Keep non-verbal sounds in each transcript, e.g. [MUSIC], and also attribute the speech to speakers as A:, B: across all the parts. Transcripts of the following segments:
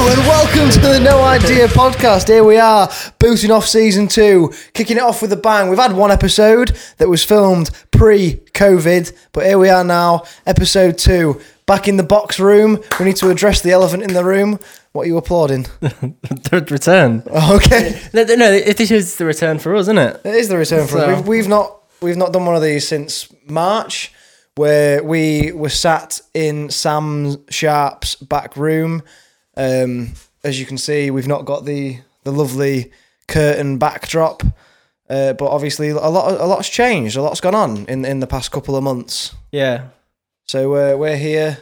A: Welcome to the No Idea podcast. Here we are, booting off season two, kicking it off with a bang. We've had one episode that was filmed pre COVID, but here we are now, episode two, back in the box room. We need to address the elephant in the room. What are you applauding? [LAUGHS]
B: Third return.
A: Okay,
B: No, no, no, this is the return for us, isn't it?
A: it is the return for us. We've, we've not we've not done one of these since March, where we were sat in Sam Sharp's back room. Um, as you can see, we've not got the the lovely curtain backdrop, uh, but obviously a lot a lot's changed, a lot's gone on in in the past couple of months.
B: Yeah.
A: So uh, we're here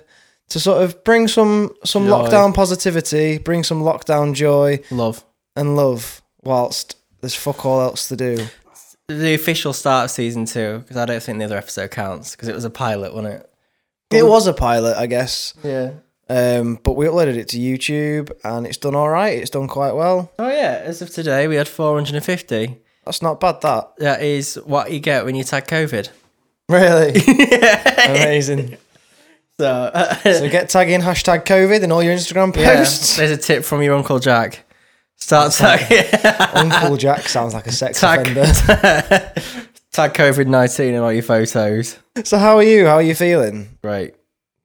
A: to sort of bring some some
B: Joy.
A: lockdown positivity, bring some lockdown joy
B: Love.
A: and love, whilst there's fuck all else to do.
B: The official start of season two, because I don't think the other episode counts, because it was a pilot, wasn't it?
A: It was a pilot, I guess.
B: Yeah.
A: Um, but we uploaded it to YouTube and it's done all right. It's done quite well.
B: Oh, yeah. As of today, we had 450.
A: That's not bad, that.
B: That is what you get when you tag COVID.
A: [LAUGHS] [LAUGHS] Really? Amazing.
B: So, [LAUGHS]
A: So get tagging hashtag COVID in all your Instagram
B: yeah,
A: posts. [LAUGHS]
B: [LAUGHS] there's a tip from your Uncle Jack. Start tagging.
A: Uncle Jack sounds like a sex
B: Tag, [LAUGHS]
A: offender. [LAUGHS]
B: tag COVID 19 in all your photos.
A: So how are you? How are you feeling
B: Great.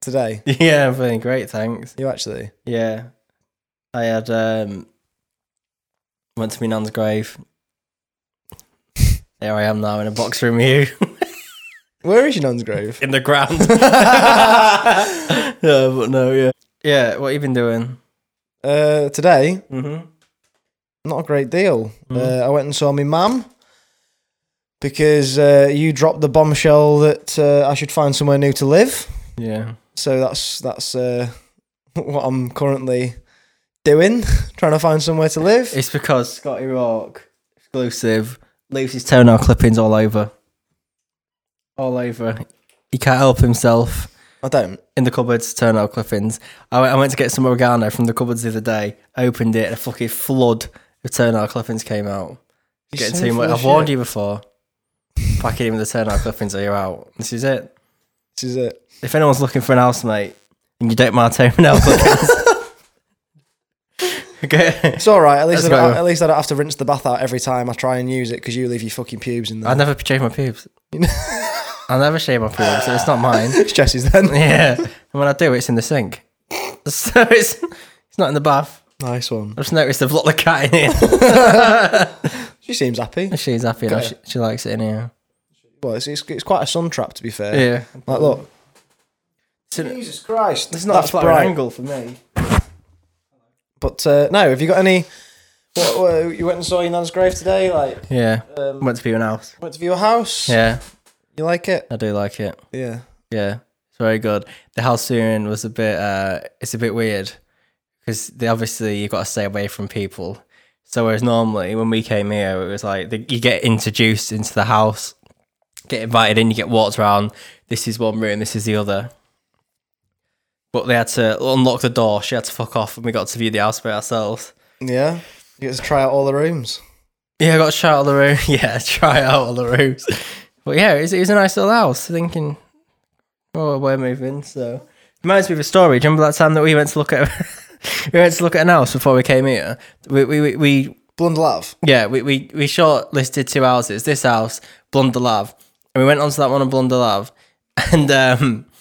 B: [LAUGHS]
A: today?
B: Yeah, I'm feeling great, thanks.
A: You actually?
B: Yeah. I had um went to my nan's [LAUGHS] grave. there I am now in a box room with you
A: Where is your nun's grave?
B: [LAUGHS] in the ground. [LAUGHS] yeah, but no, yeah. Yeah, what you been doing?
A: Uh, today,
B: Mm-hmm.
A: not a great deal. Uh, I went and saw my mum because uh, you dropped the bombshell that uh, I should find somewhere new to live.
B: Yeah.
A: So that's that's uh, [LAUGHS] what I'm currently doing, trying to find somewhere to live.
B: It's because Scotty Rock exclusive leaves his toenail clippings all over. All over. He can't help himself.
A: I don't.
B: in the cupboards, toenail clippings. I went, I went to get some oregano from the cupboards the other day, opened it, and a fucking flood of toenail clippings came out.
A: You're
B: Getting
A: so
B: too much.
A: full of
B: I've warned
A: shit.
B: you before. Pack it in with the toenail clippings or you're out. This is it.
A: This is it.
B: If anyone's looking for an housemate and you don't mind toenail clippings, okay.
A: It's all right. At least I
B: That's
A: don't,
B: right.
A: at least I don't have to rinse the bath out every time I try and use it because you leave your fucking pubes in
B: I
A: there.
B: never shave my pubes.
A: [LAUGHS]
B: I never shave my pubes. so It's not mine.
A: It's Jesse's then.
B: Yeah. And when I do, it's in the sink. [LAUGHS] So it's it's not in the bath.
A: Nice one.
B: I just noticed they've locked the cat in here.
A: She seems happy.
B: She's happy now.
A: Okay.
B: She, she likes it in here.
A: Well, it's, it's, it's quite a sun trap to be fair.
B: Yeah.
A: Like, look.
B: It's
A: Jesus Christ.
B: not
A: That's
B: a flatter
A: bright.
B: angle for me.
A: But uh, no, have you got any? What, what, you went and saw your nan's grave today. Like
B: Yeah.
A: um,
B: Went to be an house.
A: went to view a house.
B: Yeah.
A: You like it?
B: I do like it.
A: Yeah.
B: Yeah. It's very good. The house viewing was a bit, uh, it's a bit weird because they, obviously you've got to stay away from people. So whereas normally when we came here, it was like the, you get introduced into the house, get invited in, you get walked around. This is one room, this is the other. But they had to unlock the door. She had to fuck off, and we got to view the house by ourselves.
A: Yeah. You get to try out all the rooms.
B: Yeah, I got shot out of the room. [LAUGHS] Yeah, try out of the rooms. but yeah, it was, it was a nice little house. Thinking, oh, we're moving, so reminds me of a story. Do you remember that time that we went to look at [LAUGHS] we went to look at an house before we came here? We we we, we
A: Blundlav.
B: yeah we we we shortlisted two houses. This house, Blunderlav, and we went onto that one on Blunderlav, [LAUGHS] and um,
A: [LAUGHS]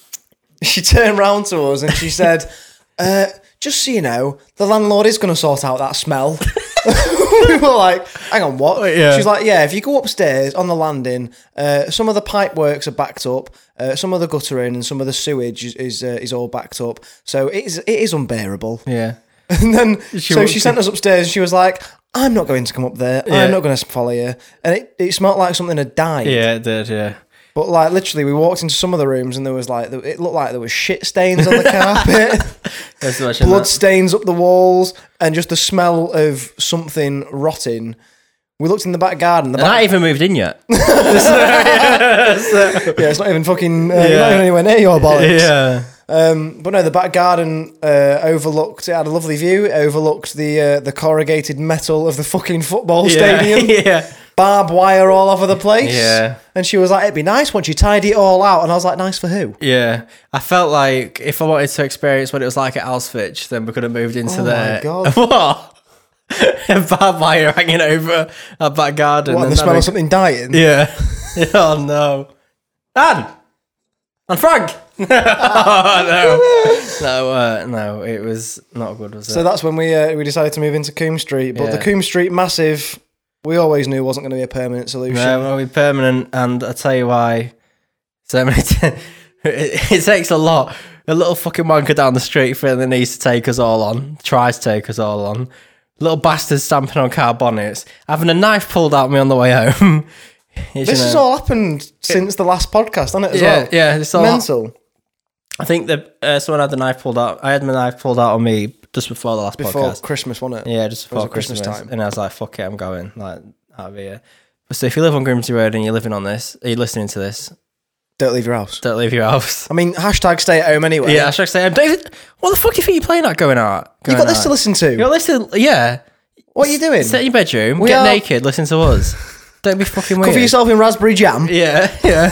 A: She turned round to us and she said, [LAUGHS] uh, just so you know, the landlord is going to sort out that smell. [LAUGHS] we were like, hang on, what?
B: yeah.
A: She's like, yeah, if you go upstairs on the landing, uh, some of the pipe works are backed up, uh, some of the guttering and some of the sewage is is, uh, is all backed up. So it is, it is unbearable. [LAUGHS]
B: yeah.
A: And then, so
B: walked
A: she sent us upstairs and she was like, I'm not going to come up there.
B: Yeah.
A: I'm not going to follow you. And it, it smelled like something had died.
B: Yeah, it did. Yeah,
A: But like literally, we walked into some of the rooms and there was like it looked like there was shit stains on the [LAUGHS] carpet,
B: that's much
A: blood stains up the walls, and just the smell of something rotting. We looked in the back garden. The
B: And
A: back,
B: I even moved in yet.
A: [LAUGHS] yeah, it's not even fucking. Uh, You're
B: Yeah.
A: not even anywhere near your bollocks.
B: [LAUGHS] [LAUGHS] yeah,
A: Um, but no, the back garden uh, overlooked. It had a lovely view. It overlooked the uh, the corrugated metal of the fucking football stadium.
B: [LAUGHS] yeah.
A: Barbed wire all over the place.
B: Yeah.
A: And she was like, "It'd be nice once you tidy it all out." And I was like, "Nice for who?"
B: Yeah, I felt like if I wanted to experience what it was like at Auschwitz, then we could have moved into
A: Oh my
B: there.
A: God.
B: [LAUGHS] what? A barbed wire hanging over our back garden.
A: What,
B: and
A: the smell
B: that'd
A: of something dying?
B: be- yeah. [LAUGHS] oh no. Anne
A: [LAUGHS]
B: and Frank. [LAUGHS] oh no. No, uh, no, it was not good, was it?
A: So that's when we uh, we decided to move into Coombe Street. But the
B: Yeah.
A: Coombe Street massive, we always knew wasn't going to be a permanent solution.
B: No, well, we permanent, and I tell you why. So many. [LAUGHS] T- it, it takes a lot. A little fucking wanker down the street feeling needs to take us all on. Tries to take us all on. Little bastard stamping on car bonnets, having a knife pulled out me on the way home. [LAUGHS] It's, you
A: this has
B: know-
A: all happened since the last podcast, hasn't it? As
B: Yeah,
A: well?
B: yeah. It's all.
A: Mental.
B: I think that uh, someone had the knife pulled out. I had my knife pulled out on me just before the last
A: Before
B: podcast.
A: Christmas, wasn't it?
B: Yeah, just before
A: at Christmas
B: Christmas,
A: time.
B: And I was like, fuck it, I'm going. Like, out of here. But so if you live on Grimsby Road and you're living on this, are you listening to this?
A: Don't leave your house.
B: Don't leave your house.
A: I mean, hashtag stay at home anyway.
B: Yeah, I should say, um, David, what the fuck do you think you're playing at going out?
A: You
B: Going
A: got this to
B: out?
A: listen to.
B: You got this to, yeah.
A: what are you doing?
B: Sit in your bedroom,
A: We
B: get
A: are-
B: naked, listen to us. Don't be fucking weird.
A: Cover yourself in raspberry jam.
B: Yeah,
A: [LAUGHS]
B: yeah.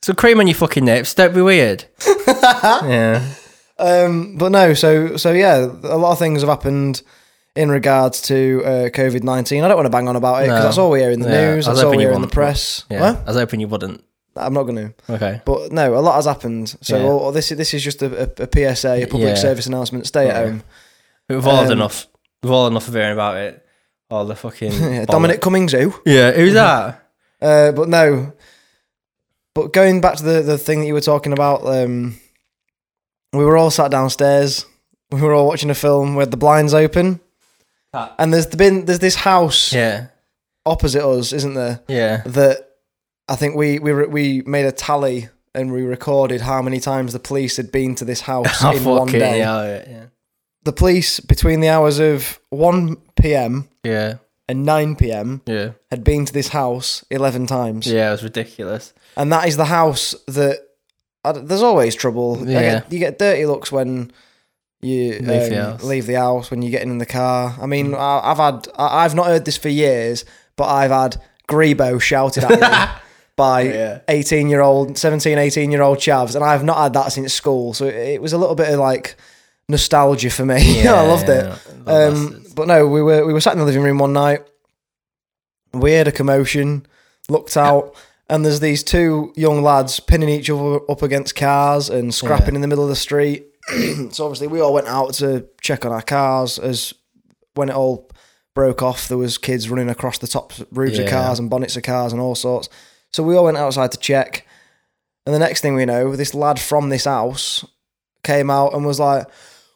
B: Some cream on your fucking nips. Don't
A: [LAUGHS]
B: be weird. yeah.
A: Um, but no, so so yeah, a lot of things have happened in regards to uh, COVID nineteen. I don't want to bang on about it because
B: No.
A: that's all we hear in the
B: Yeah,
A: news.
B: I
A: That's
B: was
A: all
B: hoping
A: we
B: you
A: hear in the
B: wouldn't.
A: press.
B: Yeah.
A: What?
B: I was hoping you wouldn't.
A: I'm not going to.
B: Okay.
A: But no, a lot has happened. So
B: Yeah.
A: all- this this is just a, a, a PSA, a public
B: Yeah.
A: service announcement. Stay at home. [LAUGHS]
B: We've all had
A: Um,
B: enough. We've all had enough of hearing about it. All the
A: [LAUGHS]
B: fucking.
A: Yeah,
B: bollocks.
A: Dominic Mm-hmm. Cummings, who?
B: Yeah, who's that?
A: Uh, but no. But going back to the, the thing that you were talking about, um, we were all sat downstairs. We were all watching a film with the blinds open,
B: Ah.
A: and there's been there's this house
B: Yeah.
A: opposite us, isn't there? [LAUGHS]
B: Yeah.
A: That I think we we re- we made a tally and we recorded how many times the police had been to this house
B: [LAUGHS] Oh,
A: in one
B: fucking
A: day.
B: hell, yeah.
A: The police between the hours of one p.m.
B: Yeah.
A: and nine p.m.
B: Yeah.
A: had been to this house eleven times.
B: Yeah, it
A: [LAUGHS]
B: was ridiculous.
A: and that is the house that I d there's always trouble. I
B: Yeah.
A: get- you get dirty looks when you um, leave,
B: the house. Mm.
A: the house when you're getting in the car. I mean, I, I've had I, I've not heard this for years, but I've had Grebo shouted at
B: [LAUGHS]
A: me
B: Yeah.
A: by 18 year old, 17, 18 year old chavs, and I've not had that since school. So it, it was a little bit of like nostalgia for me. [LAUGHS] I loved it.
B: Oh,
A: Um, but no, we were we were sat in the living room one night. We heard a commotion, looked out, and there's these two young lads pinning each other up against cars and scrapping in the middle of the street. [CLEARS THROAT] so obviously, we all went out to check on our cars. As when it all broke off, there was kids running across the top roofs of
B: Yeah.
A: cars and bonnets of cars and all sorts. So we all went outside to check. And the next thing we know, this lad from this house came out and was like,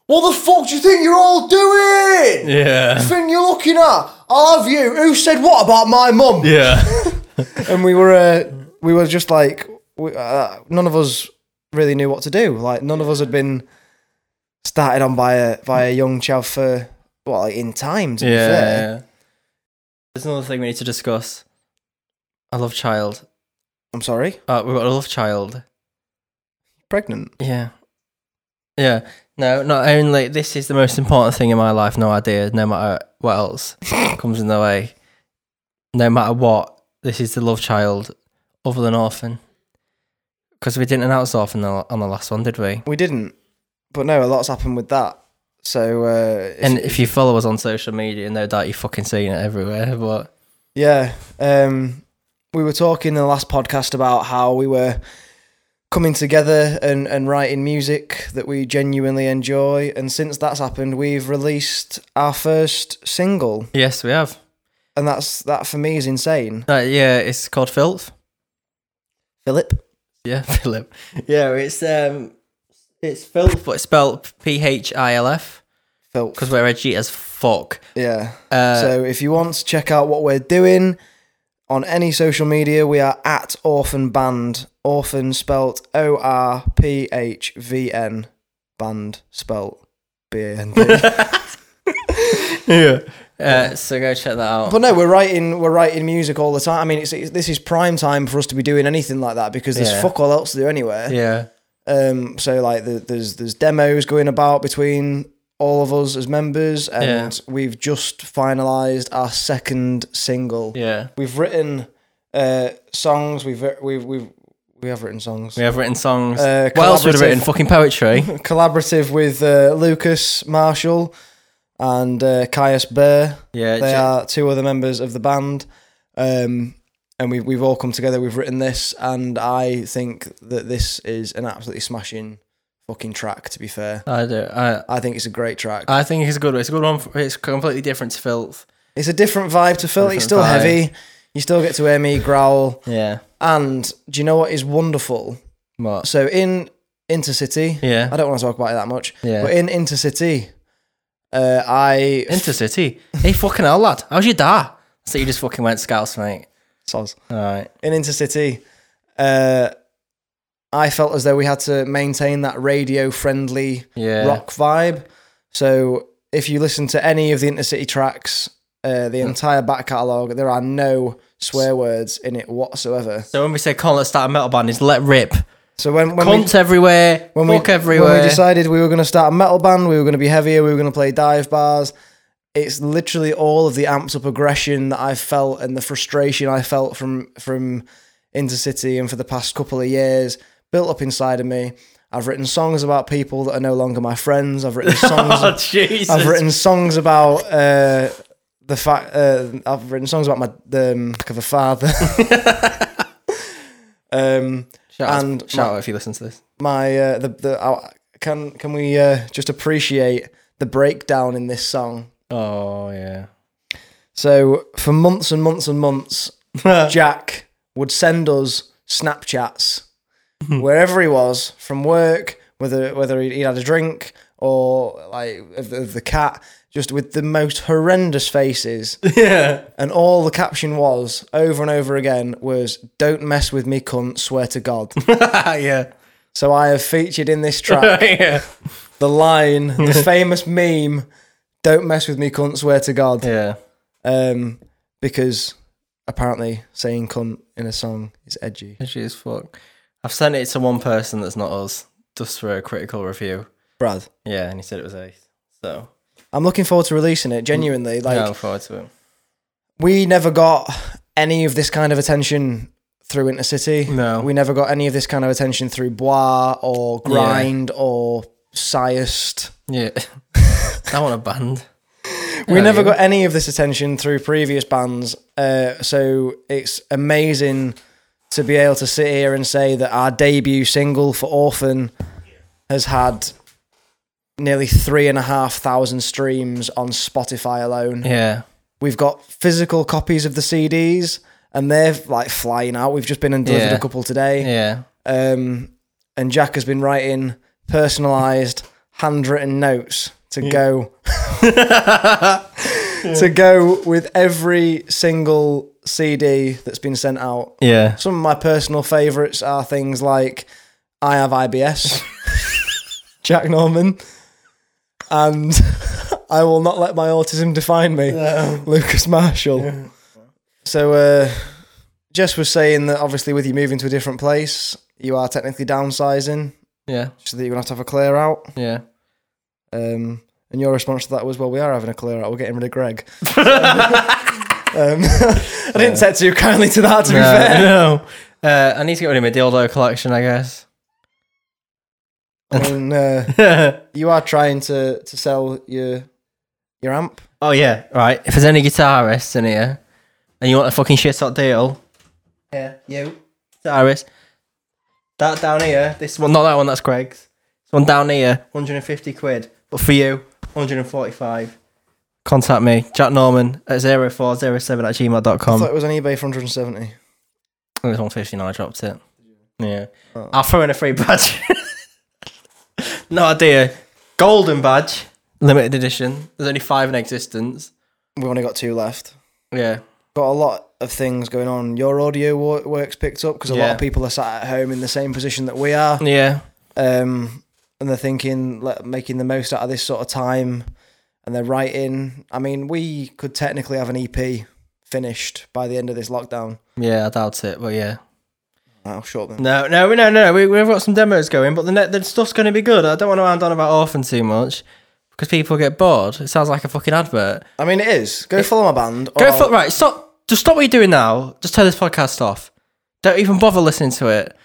A: "What the fuck do you think you're all doing?"
B: yeah. [LAUGHS]
A: thing you're looking at. I love you. Who said what about my mum?
B: Yeah.
A: [LAUGHS] And we were, uh, we were just like, we, uh, none of us really knew what to do. Like none of us had been started on by a by a young chav for well, like in time. To
B: Yeah,
A: be fair.
B: yeah. There's another thing we need to discuss. A love child.
A: I'm sorry,
B: Uh, we've got a love child.
A: pregnant.
B: Yeah. Yeah. No, not only this is the most important thing in my life, no idea, no matter
A: [LAUGHS]
B: what else comes in the way. No matter what, this is the love child other than orphan. Because we didn't announce orphan the- on the last one, did we?
A: We didn't, but no, a lot's happened with that. So uh, if-
B: And if you follow us on social media, no doubt you've fucking seen it everywhere. But
A: Yeah. Um, we were talking in the last podcast about how we were coming together and, and writing music that we genuinely enjoy. And since that's happened, we've released our first single.
B: yes, we have.
A: And that's that for me is insane.
B: Uh, yeah, it's called Filth.
A: Philip?
B: Yeah, [LAUGHS] Philip. Yeah, it's um, it's Philip, but it's spelled P H I L F
A: Philip.
B: because we're edgy as fuck.
A: Yeah.
B: Uh,
A: so if you want to check out what we're doing on any social media, we are at Orphan Band. Orphan spelt O R P H V N. Band spelt B A N D.
B: [LAUGHS] yeah. Uh, so go check that out.
A: But no, we're writing we're writing music all the time. I mean, it's, it's this is prime time for us to be doing anything like that because there's
B: Yeah.
A: fuck all else to do anywhere.
B: yeah,
A: Um, so like the, there's there's demos going about between all of us as members, and we've just finalised our second single.
B: Yeah.
A: We've written uh, songs. We've we've we've we have written songs.
B: We have written songs.
A: Uh,
B: what else would have
A: collaborative-
B: written? Fucking poetry.
A: [LAUGHS] Collaborative with uh, Lucas Marshall and uh, Caius Burr.
B: Yeah.
A: They
B: j-
A: are two other members of the band, um, and we've we've all come together. We've written this, and I think that this is an absolutely smashing fucking track. To be fair,
B: I do. I,
A: I think it's a great track.
B: I think it's a good. It's a good one. For, it's completely different to filth.
A: it's a different vibe to Phil. It's
B: Different
A: still
B: vibe.
A: heavy. You still get to hear me growl.
B: Yeah.
A: And do you know what is wonderful?
B: What?
A: So in Intercity, I
B: Yeah.
A: don't want to talk about it that much,
B: Yeah.
A: but in Intercity, uh, I
B: Intercity. hey, fucking hell, lad. How's your dad? So you just fucking went scouts, mate.
A: Soz.
B: All right.
A: in Intercity, uh, I felt as though we had to maintain that radio friendly
B: Yeah.
A: rock vibe. So if you listen to any of the Intercity tracks, uh, the entire back catalogue, there are no swear words in it whatsoever.
B: So when we say can't let's start a metal band, is let rip.
A: So when when we,
B: Cunts everywhere.
A: when we,
B: fuck everywhere.
A: when we decided we were going to start a metal band, we were going to be heavier, we were going to play dive bars. It's literally all of the amped up aggression that I felt and the frustration I felt from from Intercity and for the past couple of years built up inside of me. I've written songs about people that are no longer my friends. I've written
B: [LAUGHS] oh [LAUGHS]
A: songs.
B: Jesus.
A: I've written songs about uh, the fact. Uh, I've written songs about my the um, lack of a father. [LAUGHS] um,
B: shout out,
A: and
B: shout
A: my-
B: out if you listen to this.
A: my uh, the the uh, can can we uh, just appreciate the breakdown in this song?
B: Oh yeah.
A: So for months and months and months, Jack would send us Snapchats wherever he was from work, whether whether he'd, he'd had a drink or like of the, of the cat, just with the most horrendous faces,
B: [LAUGHS] yeah.
A: and all the caption was over and over again was "Don't mess with me, cunt! Swear to God."
B: [LAUGHS] yeah.
A: so I have featured in this track.
B: [LAUGHS] yeah.
A: the line, the famous meme, "Don't mess with me, cunt." Swear to God,
B: Yeah.
A: um, because apparently saying "cunt" in a song is edgy.
B: Edgy as fuck. I've sent it to one person that's not us, just for a critical review.
A: Brad,
B: Yeah, and he said it was ace. So
A: I'm looking forward to releasing it. Genuinely, like
B: yeah, I'm forward to it.
A: we never got any of this kind of attention through Intercity.
B: No.
A: we never got any of this kind of attention through Bois or Grind or Siast.
B: Yeah. [LAUGHS] I want a band.
A: We
B: Yeah,
A: never
B: you-
A: got any of this attention through previous bands, uh, so it's amazing to be able to sit here and say that our debut single for Orphan has had nearly three and a half thousand streams on Spotify alone.
B: Yeah.
A: We've got physical copies of the CDs, and they're like flying out. We've just been and delivered
B: Yeah.
A: a couple today,
B: Yeah.
A: um, and Jack has been writing personalised, handwritten notes to go [LAUGHS] to go with every single CD that's been sent out.
B: Yeah.
A: Some of my personal favourites are things like I Have IBS, Jack Norman, and [LAUGHS] I Will Not Let My Autism Define Me, Lucas Marshall. So, uh, Jess was saying that obviously with you moving to a different place, you are technically downsizing,
B: Yeah.
A: so that you're going to have to have a clear out.
B: Yeah.
A: Um, and your response to that was, well, we are having a clear out. We're getting rid of Greg. um, [LAUGHS] I didn't take too kindly to that, to be fair.
B: [LAUGHS] no. [LAUGHS] Uh, I need to get rid of my dildo collection, I [LAUGHS] guess.
A: I mean, uh,
B: oh
A: you are trying to, to sell your your amp.
B: Oh, yeah. Right. If there's any guitarists in here and you want a fucking shit hot deal. Yeah, you. Guitarist. That down here, this one not that one, that's Craig's. This one down here, 150 quid. But for you, 145. Contact me, Jack Norman at 0407 at
A: I
B: gmail.com.
A: thought it was on eBay for 170.
B: It was 159, I dropped it. Yeah.
A: Oh.
B: I'll throw in a free badge. [LAUGHS] no idea. Golden badge, limited edition. There's only five in existence.
A: We've only got two left.
B: Yeah.
A: Got a lot of things going on. Your audio wo- work's picked up because a lot
B: Yeah.
A: of people are sat at home in the same position that we are,
B: Yeah.
A: um, and they're thinking, let, making the most out of this sort of time, and they're writing. I mean, we could E technically have an EP finished by the end of this lockdown.
B: Yeah, I doubt it, but yeah.
A: I'll shut them.
B: No, no, no, no, no. We, we've got some demos going, but the, net, the stuff's going to be good. I don't want to hand on about Orphan too much because people get bored. It sounds like a fucking advert.
A: I mean, it is. Go follow my band.
B: Go
A: or-
B: for right. Stop. Just stop what you're doing now. Just turn this podcast off. Don't even bother listening to it,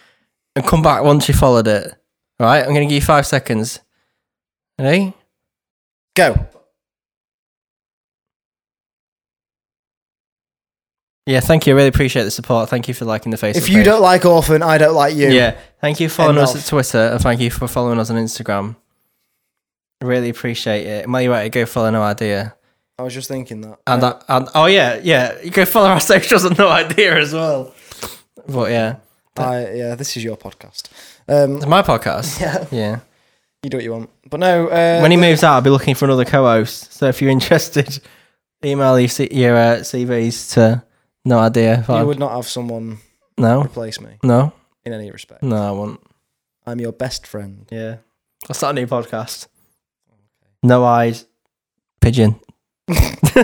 B: and come back once you followed it. All right. I'm going to give you five seconds. Ready?
A: Go.
B: Yeah. Thank you. I really appreciate the support. Thank you for liking the Facebook.
A: If you
B: page.
A: don't like Orphan, I don't like you.
B: yeah. Thank you for following us
A: Enough.
B: at Twitter, and thank you for following us on Instagram. Really appreciate it. Well, you're right. Go follow no idea.
A: I was just thinking that.
B: And, I, and oh yeah, yeah. You go follow our [LAUGHS] socials and no idea as well. But yeah,
A: I, yeah, this is your podcast. Um,
B: it's my
A: [LAUGHS]
B: podcast.
A: yeah,
B: Yeah.
A: you do what you want. But no, uh,
B: When he moves out, I'll be looking for another co-host. So if you're interested, [LAUGHS] email your, C- your uh, CVs to no idea.
A: you
B: Pod.
A: would not have someone
B: no,
A: replace me
B: no,
A: in any respect.
B: no, I won't.
A: I'm your best friend.
B: Yeah, I'll start a new podcast. No eyes, pigeon. [LAUGHS]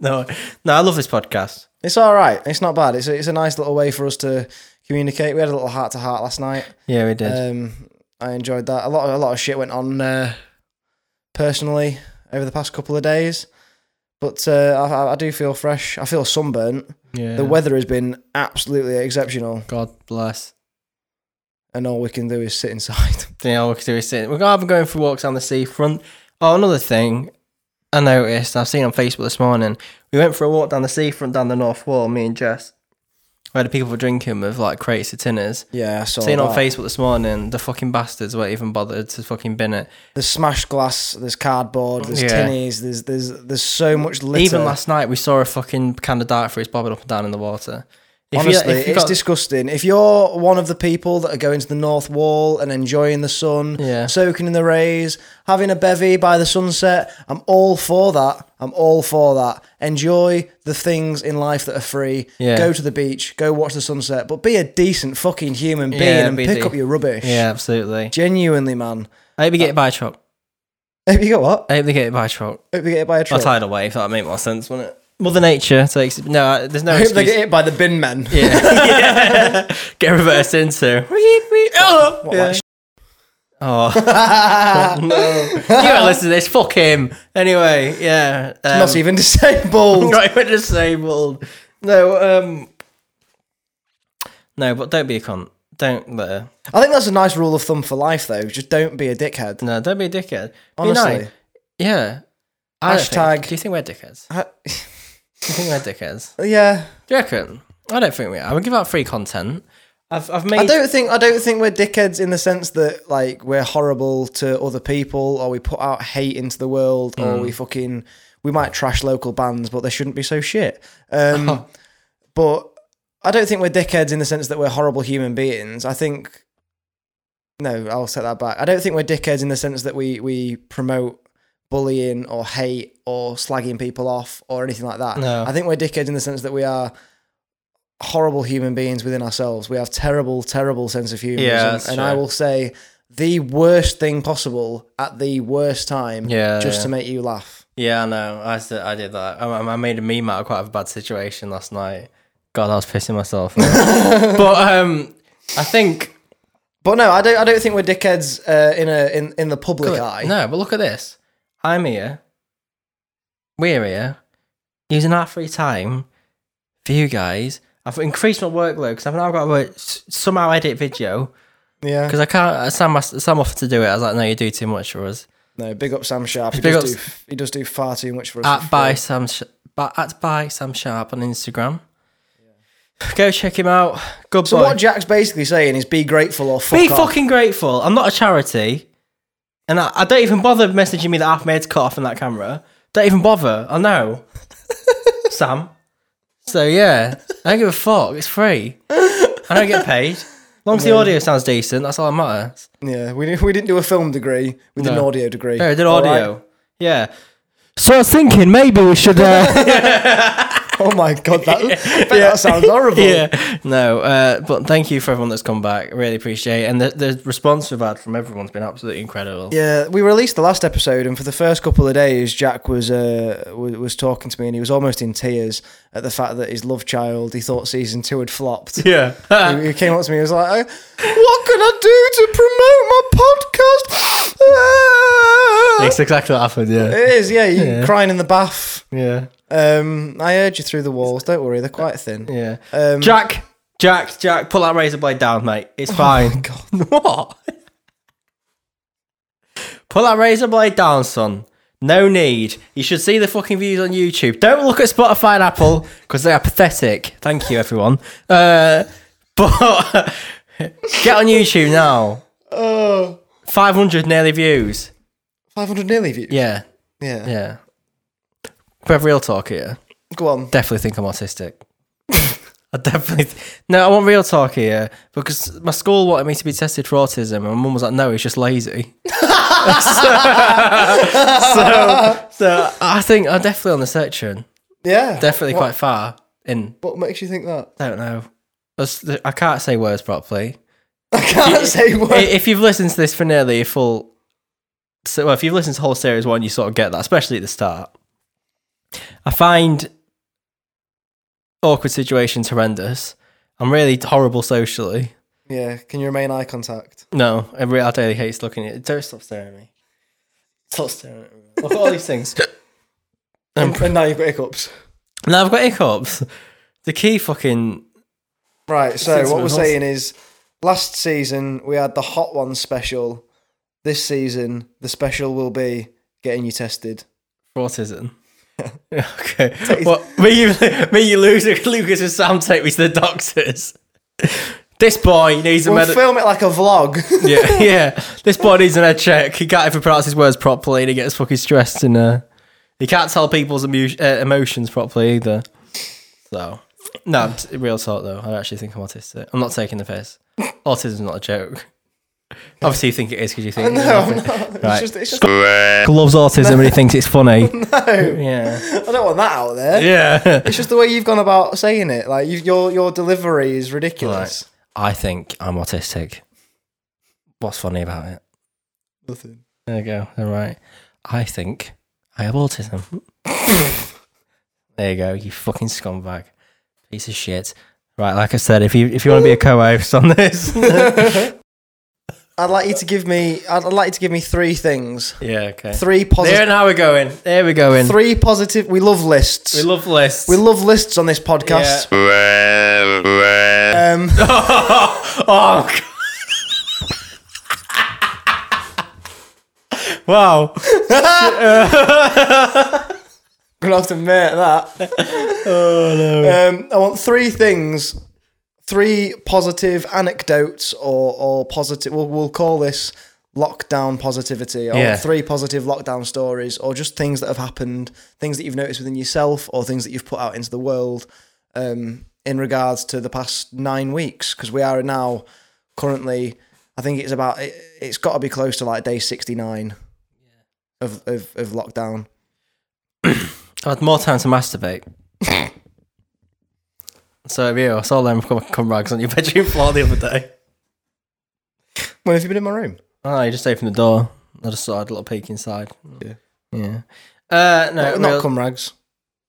B: no, no, I love this podcast.
A: It's all right. It's not bad. It's a, it's a nice little way for us to communicate. We had a little heart to heart last night.
B: Yeah, we did.
A: Um, I enjoyed that. A lot of, a lot of shit went on uh, personally over the past couple of days, but uh, I, I- I do feel fresh. I feel sunburnt.
B: yeah.
A: The weather has been absolutely exceptional,
B: God bless.
A: and all we can do is sit inside. [LAUGHS]
B: Yeah, all we could do is sit. We're gonna have going for walks on the seafront. Oh, another thing I noticed, I've seen on Facebook this morning. We went for a walk down the seafront, down the north wall, me and Jess. Where the people were drinking with like crates of tinners.
A: yeah, I saw
B: Seen on
A: that.
B: Facebook this morning, the fucking bastards weren't even bothered to fucking bin it.
A: There's smashed glass. There's cardboard. There's
B: Yeah.
A: tinnies. There's there's there's so much litter.
B: Even last night, we saw a fucking can of dark fruits bobbing up and down in the water. If you-
A: Honestly,
B: if you
A: it's
B: got-
A: disgusting. If you're one of the people that are going to the North Wall and enjoying the sun,
B: Yeah.
A: soaking in the rays, having a bevy by the sunset, I'm all for that. I'm all for that. Enjoy the things in life that are free.
B: Yeah.
A: Go to the beach, go watch the sunset, but be a decent fucking human being
B: Yeah,
A: and
B: be
A: pick
B: de-
A: up your rubbish.
B: Yeah, absolutely.
A: Genuinely, man.
B: I hope you
A: Uh,
B: get it by a truck.
A: Hope you got what?
B: I hope they get it by a truck.
A: Hope you get hit by a
B: Or
A: truck.
B: tidal wave, that'd make more sense, wouldn't it? Mother Nature takes. No, I- there's no
A: I [LAUGHS] hope they
B: excuse.
A: get hit by the bin men.
B: [LAUGHS] Yeah. Get reversed into. oh,
A: What,
B: yeah.
A: like, [LAUGHS]
B: oh no. You don't listen to this. Fuck him. Anyway, yeah. Um,
A: Not even [LAUGHS]
B: [LAUGHS]
A: disabled.
B: Right, we're disabled. No, um. No, but don't be a cunt. Don't uh, let her.
A: I think that's a nice rule of thumb for life, though. Just don't be a dickhead.
B: No, don't be a dickhead. Be
A: Honestly.
B: nice. Yeah. I don't
A: Hashtag-
B: Think, do you think we're dickheads?
A: I-
B: Do you think we're dickheads?
A: yeah.
B: Do you reckon? I don't think we are. I would give out free content. I've, I've made.
A: I don't think I don't think we're dickheads in the sense that like we're horrible to other people or we put out hate into the world
B: Hmm.
A: or we fucking we might trash local bands but they shouldn't be so shit.
B: Oh.
A: Um, but I don't think we're dickheads in the sense that we're horrible human beings. I think no, I'll set that back. I don't think we're dickheads in the sense that we we promote bullying or hate or slagging people off or anything like that.
B: No.
A: I think we're dickheads in the sense that we are horrible human beings within ourselves. We have terrible, terrible sense of humor.
B: Yeah,
A: and,
B: that's
A: I
B: true.
A: will say the worst thing possible at the worst time
B: Yeah,
A: just
B: yeah.
A: to make you laugh.
B: Yeah, I know. I, s- I did that. I, I made a meme out of quite a bad situation last night. God, I was pissing [LAUGHS] myself. but um, I think.
A: But no, I don't I don't think we're dickheads uh, in a in, in the public eye.
B: No, but look at this. I'm here. We're here. Using our free time for you guys. I've increased my workload because I've now got to work, s- somehow edit video
A: Yeah.
B: because I can't. Sam, asked- Sam offered to do it. I was like, no, you do too much for us.
A: No, big up Sam Sharp. He
B: Big
A: does,
B: up-
A: do, he does do far too much for us. for
B: at
A: free.
B: by Sam Sh- by, at by Sam Sharp on Instagram. Go check him out. Good
A: So
B: boy.
A: what Jack's basically saying is be grateful or fuck
B: Be
A: off.
B: fucking grateful. I'm not a charity, and I, I don't even bother messaging me that I've made cut off on that camera. Don't even bother. I know,
A: [LAUGHS]
B: Sam. So yeah, I don't give a fuck. It's free. I don't get paid. As long as the audio sounds decent, that's all that matters.
A: yeah, we, didn't- we didn't do a film degree. We did an
B: No.
A: audio degree.
B: Yeah, I did
A: All
B: audio.
A: right.
B: Yeah. So I was thinking maybe we should. Uh...
A: Oh my god, that, that sounds horrible.
B: [LAUGHS] [LAUGHS] yeah, no. Uh, but thank you for everyone that's come back. Really appreciate it. And the, the response we've had from everyone's been absolutely incredible.
A: Yeah, we released the last episode, and for the first couple of days, Jack was uh, was, was talking to me, and he was almost in tears at the fact that his love child, he thought season two had flopped.
B: [LAUGHS] Yeah.
A: he, he came up to me, and was like, "Uh, "What can I do to promote
B: [LAUGHS]
A: my podcast?"
B: it's exactly what happened. Yeah.
A: it is, yeah, you crying in the bath.
B: Yeah.
A: Um, I heard you through the walls. Don't worry, they're quite thin.
B: Yeah.
A: Um,
B: Mm. Jack, Jack, Jack, pull that razor blade down, mate. It's fine. what? [LAUGHS] pull that razor blade down, son. No need. You should see the fucking views on YouTube. Don't look at Spotify and Apple because they are pathetic. Thank you, everyone. Uh, [LAUGHS] but [LAUGHS] get on YouTube now.
A: Oh,
B: 500 nearly views.
A: 500 nearly views.
B: Yeah,
A: Yeah.
B: yeah. We have real talk here.
A: Go on.
B: definitely think I'm autistic. [LAUGHS] I definitely th- no. I want real talk here because my school wanted me to be tested for autism, and my mum was like, "No, he's just lazy." [LAUGHS] so, so, so I think I'm definitely on the section.
A: Yeah.
B: Definitely
A: What,
B: quite far in.
A: what makes you think that?
B: I don't know. That's- I can't say words properly.
A: I can't [LAUGHS] say
B: I-
A: what.
B: if you've listened to this for nearly a full, so well, if you've listened to whole series one, you sort of get that, especially at the start. I find awkward situations horrendous. I'm really horrible socially.
A: Yeah. Can you remain eye contact?
B: No, I, re- I really hate looking at it. Don't stop staring at me. Stop staring at me. I've got all
A: [LAUGHS]
B: these things. Um,
A: And, and now you've got hiccups.
B: Now I've got hiccups. The key fucking
A: Right. So
B: Since
A: what
B: we're
A: we're
B: not-
A: saying is, last season we had the hot one special. This season the special will be getting you tested.
B: for autism. [LAUGHS] okay. Well, me, you, me, you, Lucas, [LAUGHS] Lucas and Sam take me to the doctors. [LAUGHS] this boy needs a
A: We'll
B: medical.
A: film it like a vlog. [LAUGHS]
B: yeah, yeah. This boy needs an head check. He can't even pronounce his words properly, and he gets fucking stressed, and uh, he can't tell people's emu- uh, emotions properly either. So, no, I'm t- real talk though. I actually think I'm autistic. I'm not taking the piss. Autism's not a joke. Obviously, you think it is because you think.
A: no, I'm not. It's
B: Right.
A: just, it's just.
B: Loves autism and he thinks it's funny. Yeah. [LAUGHS]
A: I don't want that out there.
B: Yeah.
A: It's just the way you've gone about saying it. Like you, your your delivery is ridiculous.
B: I think I'm autistic. What's funny about it?
A: Nothing.
B: There you go. All right. I think I have autism. there you go. You fucking scumbag, piece of shit. Right. Like I said, if you if you want to be a co-host on this,
A: [LAUGHS] I'd like you to give me. I'd I'd like you to give me three things.
B: yeah. Okay.
A: Three
B: There
A: positive.
B: and how we're going. There we're going.
A: Three positive. We love
B: We
A: lists.
B: love lists.
A: We love lists on this podcast. Um,
B: oh, God. wow.
A: gonna have to admit that. [LAUGHS] oh no. Um, I want three things. Three positive anecdotes, or or positive. We'll, we'll call this lockdown positivity. Or
B: Yeah.
A: three positive lockdown stories, or just things that have happened, things that you've noticed within yourself, or things that you've put out into the world. Um, in regards to the past nine weeks, because we are now currently, I think it's about it, it's got to be close to like day sixty nine of, of of lockdown.
B: I had more time to
A: [LAUGHS]
B: masturbate. so have you. I saw them come, come rags on your bedroom floor the other day.
A: When have you been in my room?
B: Oh, you just opened the door. I just saw I had a little peek inside.
A: Yeah.
B: Yeah. Uh, no,
A: not
B: [LAUGHS] real-
A: cum rags.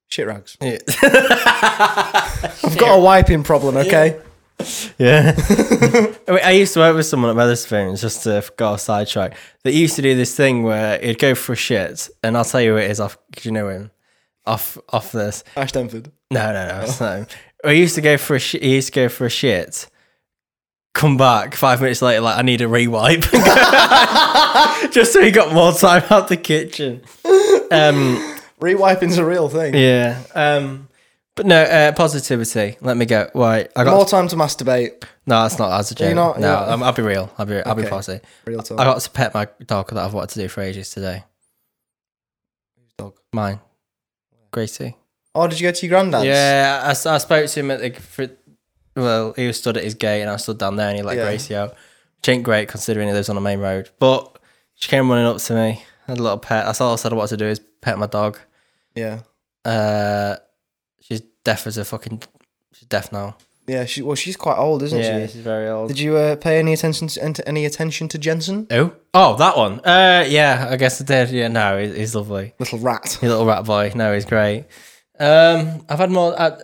A: Shit rags.
B: Yeah.
A: I've got a wiping problem, okay?
B: Yeah. I, mean, I used to work with someone at Weatherspoons, just to go off sidetrack, that used to do this thing where he'd go for a shit, and I'll tell you who it is off, 'cause you know him, off, off this.
A: Ash Denford.
B: No, no, no, it's not him. He used to go for a shit, he used to go for a shit, come back five minutes later, like, I need a rewipe. [LAUGHS] just so he got more time out the kitchen. Um,
A: Rewiping's a real thing.
B: Yeah. Um, but no, uh, positivity. Let me go. Right. I got.
A: More time to masturbate.
B: no, that's not as a joke.
A: You're not-
B: no,
A: you're-
B: I'm, I'll be real. I'll be. I'll be
A: Okay.
B: positive.
A: Real time.
B: I got to pet my dog that I've wanted to do for ages today.
A: dog?
B: Mine, Gracie.
A: Oh, did you go to your granddad's?
B: Yeah, I, s- I spoke to him at the. For, well, he was stood at his gate, and I stood down there, and he let
A: Yeah.
B: Gracie out, which ain't great considering he lives on a main road. But she came running up to me, had a little pet. That's all I said I wanted to do is pet my dog.
A: Yeah.
B: Uh, she's deaf as a fucking. She's deaf now.
A: Yeah, she, well, she's quite old, isn't she?
B: she's very old.
A: Did you uh, pay any attention to, ent- any attention to Jensen?
B: Oh, oh, that one. Uh, yeah, I guess I did. Yeah, no, he- he's lovely.
A: Little rat.
B: He's a little rat boy. No, he's great. Um, I've [SIGHS] had more. I,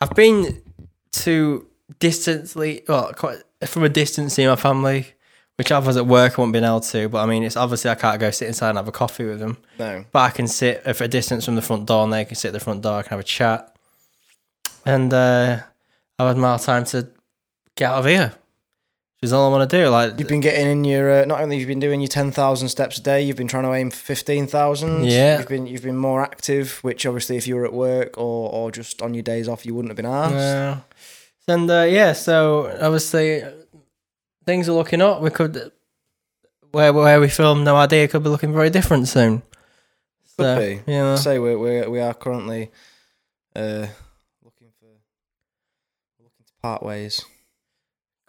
B: I've been to distantly, well, quite from a distance in my family, which I was at work. I won't been able to, but I mean, it's obviously I can't go sit inside and have a coffee with them.
A: [LAUGHS] No.
B: But I can sit if a distance from the front door, and they can sit at the front door. I can have a chat, and uh, I've had more time to get out of here. Which is all I want to do. Like
A: You've been getting in your. Uh, not only you've been doing your ten thousand steps a day, you've been trying to aim for fifteen thousand.
B: Yeah.
A: You've been you've been more active, which obviously if you were at work or or just on your days off, you wouldn't have been asked.
B: Yeah. And uh, yeah, so obviously uh, things are looking up. We could where where we film, no idea, could be looking very different soon.
A: Could
B: So,
A: be.
B: Yeah.
A: Say we're, we're we are currently uh, looking for looking to part ways.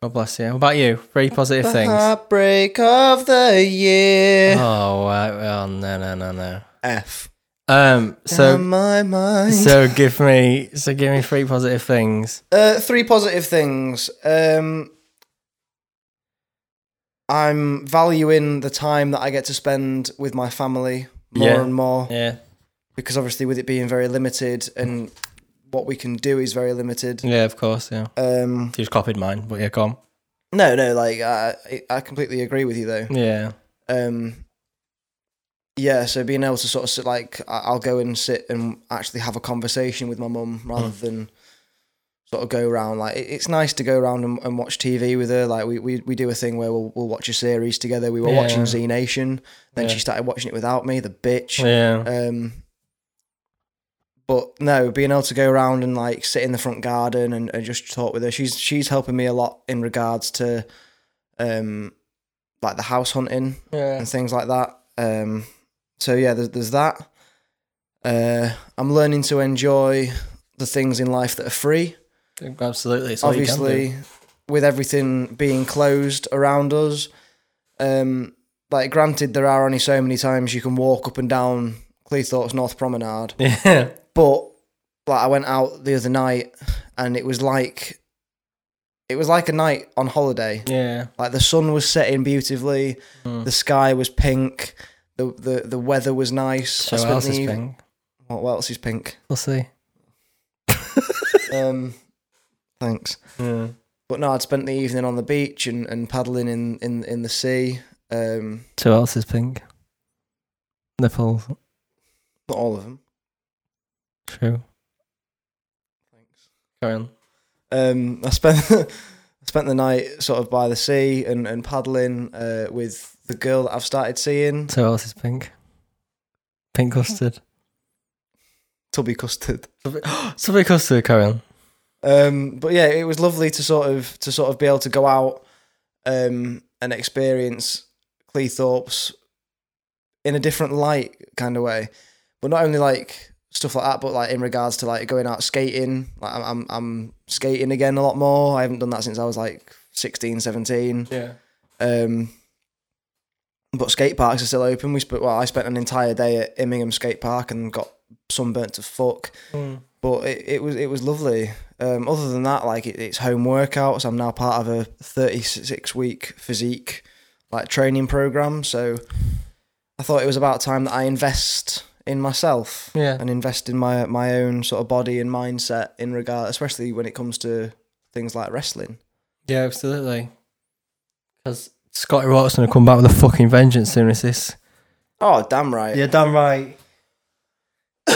B: God bless you. What about you? Three positive
A: The
B: things.
A: heartbreak of the year.
B: Oh, uh, oh no no no no.
A: F.
B: Um. So
A: Down my mind.
B: so give me so give me three positive things.
A: Uh, three positive things. Um, I'm valuing the time that I get to spend with my family more
B: Yeah.
A: and more
B: Yeah.
A: because obviously with it being very limited and what we can do is very limited.
B: Yeah. Of course. Yeah.
A: Um,
B: You just copied mine, but yeah, come.
A: no, no, like I, I completely agree with you though.
B: Yeah.
A: Um, yeah, so being able to sort of sit like I- I'll go and sit and actually have a conversation with my mum rather
B: Mm.
A: than sort of go around. Like it- it's nice to go around and, and watch TV with her. Like we, we we do a thing where we'll we'll watch a series together. We were watching
B: Yeah.
A: Z Nation, then
B: Yeah.
A: she started watching it without me. The bitch.
B: Yeah.
A: Um, but no, being able to go around and like sit in the front garden and, and just talk with her, she's she's helping me a lot in regards to, um, like the house hunting
B: Yeah.
A: and things like that. Um, so yeah, there's, there's that. Uh, I'm learning to enjoy the things in life that are free.
B: Absolutely. It's all you can do.
A: Uh, Obviously, with everything being closed around us, um, like granted, there are only so many times you can walk up and down Cleethorpes North Promenade.
B: [LAUGHS] Yeah.
A: But like I went out the other night, and it was like it was like a night on holiday.
B: Yeah.
A: Like the sun was setting beautifully, the sky was pink, the the, the weather was nice.
B: So
A: I
B: what
A: spent
B: else
A: the
B: is
A: eve-
B: pink?
A: What, what else is pink?
B: We'll see.
A: Um, thanks.
B: [LAUGHS] Yeah.
A: But no, I'd spent the evening on the beach and, and paddling in, in, in the sea. Um,
B: So what else is pink? Nipples.
A: not all of them.
B: True.
A: Thanks.
B: Carry on.
A: Um, I spent [LAUGHS] I spent the night sort of by the sea and, and paddling uh, with the girl that I've started seeing,
B: So what else is pink? [LAUGHS] Pink custard.
A: Tubby Custard.
B: Somebody custard, carry on.
A: Um, but yeah, it was lovely to sort of to sort of be able to go out um, and experience Cleethorpes in a different light kind of way. But not only like stuff like that, but like in regards to like going out skating. Like I'm I'm, I'm skating again a lot more. I haven't done that since I was like 16, 17.
B: Yeah.
A: Um, but skate parks are still open. We spent well, I spent an entire day at Immingham Skate Park and got sunburnt to fuck
B: Mm.
A: but it, it was it was lovely. Um, other than that, like it, it's home workouts. I'm now part of a 36 week physique like training program. So I thought it was about time that I invest in myself
B: Yeah.
A: and invest in my my own sort of body and mindset in regard, especially when it comes to things like wrestling.
B: Yeah, absolutely. Because Scotty Rock's going to come back with a fucking vengeance soon as this.
A: Oh, damn right.
B: You're damn right. [COUGHS]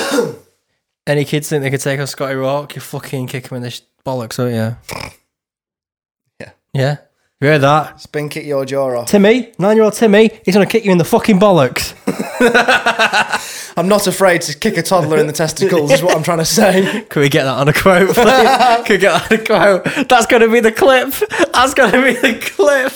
B: Any kids think they could take on Scotty Rock? You fucking kick him in the sh- bollocks, aren't you?
A: Yeah.
B: Yeah. You heard that?
A: Spink it your jaw off.
B: Timmy, nine year old Timmy, he's gonna kick you in the fucking bollocks.
A: I'm not afraid to kick a toddler in the testicles. is what I'm trying to
B: [LAUGHS]
A: say.
B: [LAUGHS] Can we get that on a quote, [LAUGHS] please? Can we get that on a quote? That's gonna be the clip. That's gonna be the clip.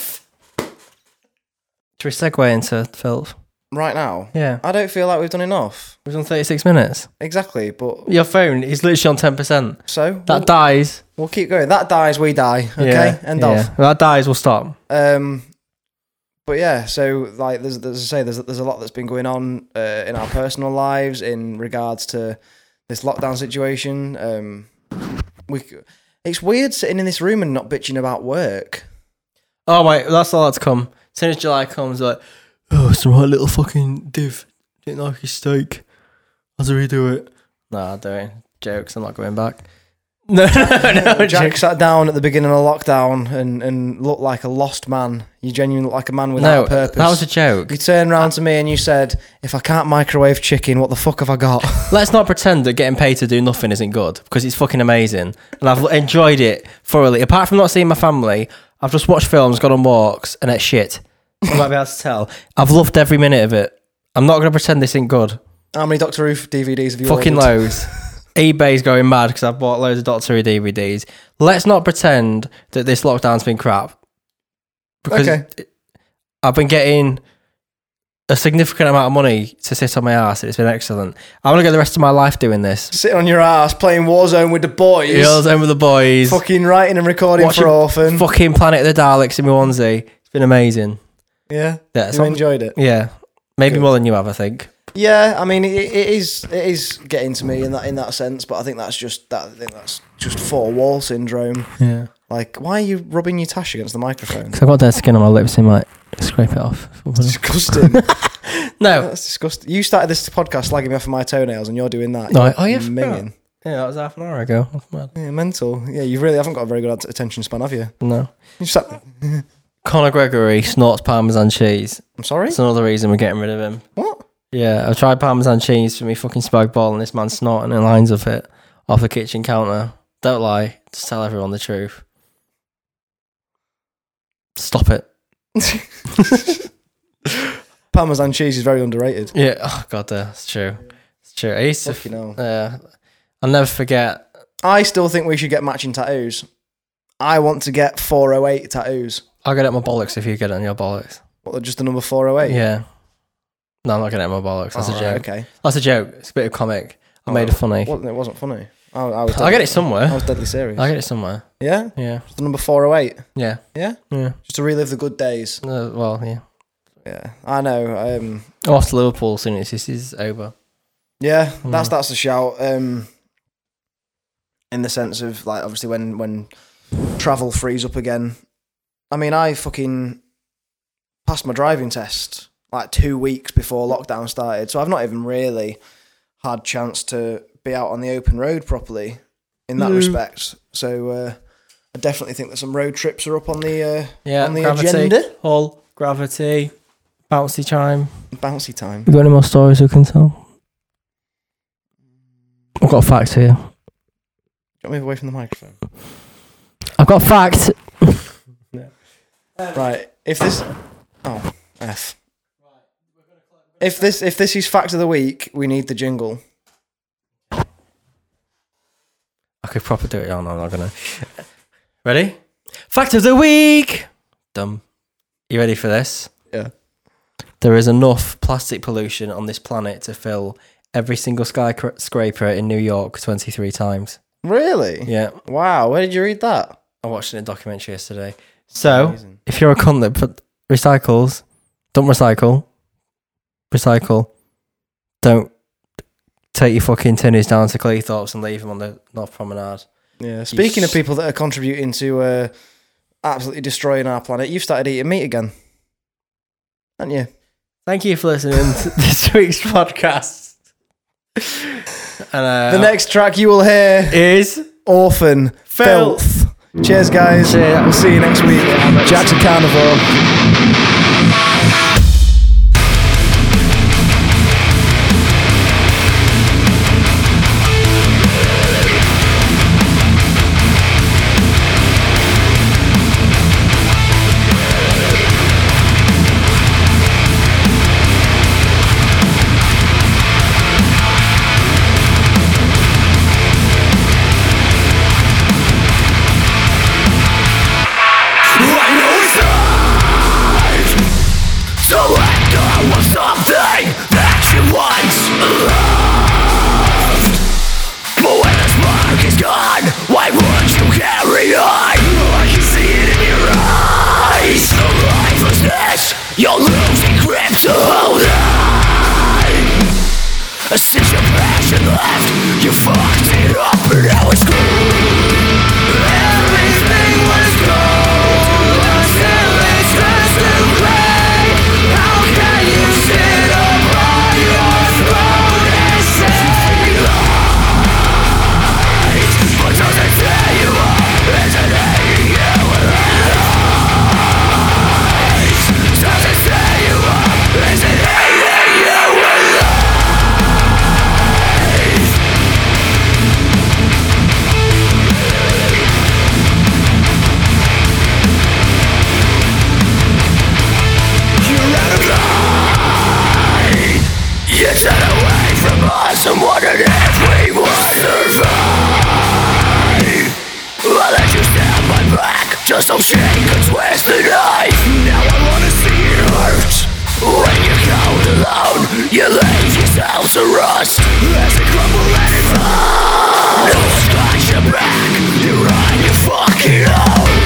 B: Should we segue into filth?
A: Right now,
B: Yeah.
A: I don't feel like we've done enough.
B: We've done 36 minutes.
A: Exactly, but
B: Your phone is literally on 10%.
A: so
B: That dies.
A: We'll keep going. That dies, we die. Okay,
B: Yeah,
A: end
B: yeah. If That dies, we'll stop.
A: off. Um, but yeah, so like, there's, there's as I say, there's there's a lot that's been going on uh, in our personal lives in regards to this lockdown situation. Um, we c- it's weird sitting in this room and not bitching about work.
B: Oh wait, that's all that's come. As soon as July comes, like, oh, it's the right little fucking div. Didn't like your steak. I'll redo it. No, I don't. Jokes. I'm not going back. [LAUGHS] No, no, no.
A: Uh, Jack
B: jokes.
A: sat down at the beginning of lockdown and, and looked like a lost man. You genuinely look like a man without
B: No,
A: a purpose.
B: that was a joke.
A: you turned round to me and you said, "If I can't microwave chicken, what the fuck have I got?"
B: Let's not pretend that getting paid to do nothing isn't good because it's fucking amazing, and I've enjoyed it thoroughly. Apart from not seeing my family, I've just watched films, gone on walks, and ate shit. You might be able to tell. I've loved every minute of it. I'm not going to pretend this ain't good.
A: How many Doctor Who DVDs have you
B: Fucking
A: ordered?
B: loads. eBay's going mad because I've bought loads of Doctor Who DVDs. Let's not pretend that this lockdown's been crap. Because
A: Okay.
B: it- I've been getting a significant amount of money to sit on my ass. It's been excellent. I want to go the rest of my life doing this.
A: [LAUGHS] Sitting on your ass playing Warzone with the boys.
B: Girls and with the boys.
A: Fucking writing and recording
B: Watching
A: for Orphan.
B: Fucking Planet of the Daleks in my onesie. It's been amazing.
A: yeah,
B: Yeah,
A: you
B: so-
A: enjoyed it.
B: Yeah. Maybe
A: Good.
B: more than you have, I think.
A: Yeah, I mean, it, it is it is getting to me in that in that sense, but I think that's just that I think that's just four wall syndrome.
B: Yeah.
A: Like, why are you rubbing your tash against the
B: [LAUGHS]
A: microphone?
B: Because I've got dead skin on my lips. It might scrape it off.
A: disgusting.
B: No.
A: [LAUGHS] that's disgusting. You started this podcast slagging me off of my toenails, and you're doing that.
B: No,
A: You're
B: oh, yeah, I forgot.
A: minging.
B: Yeah, that was half an hour ago. That's mad.
A: Yeah, mental. Yeah, you really haven't got a very good at- attention span, have you?
B: No.
A: You sat-
B: Conor Gregory snorts parmesan cheese.
A: I'm sorry.
B: That's another reason we're getting rid of him.
A: What?
B: Yeah, I tried parmesan cheese for me fucking spag bol, and this man's snorting in lines of it off the kitchen counter. Don't lie. Just tell everyone the truth. Stop it.
A: [LAUGHS] Parmesan cheese is very underrated.
B: Yeah. Oh god, yeah, it's true. It's true. I used to.
A: Fucking hell.
B: Yeah. I'll never forget.
A: I still think we should get matching tattoos. I want to get 408 tattoos.
B: I'll get it on my bollocks if you get it on your bollocks.
A: What, just the number 408?
B: Yeah. No, I'm not getting it on my bollocks. That's a
A: Alright,
B: joke.
A: okay.
B: That's a joke. It's a bit of comic. I
A: Oh,
B: made it funny.
A: Wasn't- it wasn't funny. I, I was
B: I'll get
A: deadly-
B: it somewhere.
A: I was deadly serious.
B: I'll get it somewhere.
A: yeah?
B: Yeah.
A: Just the number 408.
B: Yeah.
A: Yeah?
B: Yeah.
A: Just to relive the good days.
B: No, well, yeah.
A: Yeah. I know. Um,
B: I'm off to Liverpool soon as this is over.
A: Yeah,
B: Hmm.
A: that's that's a shout. Um, in the sense of like, obviously, when when travel frees up again, I mean, I fucking passed my driving test like two weeks before lockdown started, so I've not even really had chance to be out on the open road properly in that
B: No.
A: respect. So uh, I definitely think that some road trips are up on the uh,
B: Yeah.
A: on the
B: gravity.
A: agenda.
B: Hull, gravity, bouncy chime.
A: Bouncy time.
B: You got any more stories we can tell? I've got a fact here.
A: Don't move away from the microphone.
B: I've got a fact.
A: Right. If this, oh f. If this if this is fact of the week, we need the jingle.
B: I could proper do it. Oh, no, I'm not going to. [LAUGHS] Ready? Fact of the week. Dumb. You ready for this?
A: Yeah.
B: There is enough plastic pollution on this planet to fill every single skyscraper in New York
A: [LAUGHS]
B: 23 times.
A: Really?
B: Yeah.
A: Wow. Where did you read that?
B: I watched it in a documentary yesterday. So,
A: Amazing.
B: if you're a cunt that put- recycles, don't recycle. Recycle. Don't take your fucking tinnies down to Cleethorpes and leave them on the North Promenade.
A: Yeah. Speaking of people that are contributing to uh, absolutely destroying our planet, you've started eating meat again, haven't you?
B: Thank you for listening to [LAUGHS] this week's podcast. [LAUGHS] And uh,
A: The next track you will hear:
B: is
A: Orphan
B: Filth.
A: Filth. Cheers, guys.
B: Cheers.
A: We'll see you next week. Jackson Carnivore.
C: I know it's right. You fucked it up, but I was screwed. Everything was gold. Until it's just too late. How can you sit up on your throne and say lies? But does it tear you up? Is it eating you alive? Does it tear you up? Is it eating you alive? You're out of line. You turn away from us and wondered if we would survive. I let you stab my back just so she could twist the knife. Now I wanna see it hurt. When you cold alone, you laid yourselves to rust. As it crumble and fall, no one's got your back. You run your fucking own.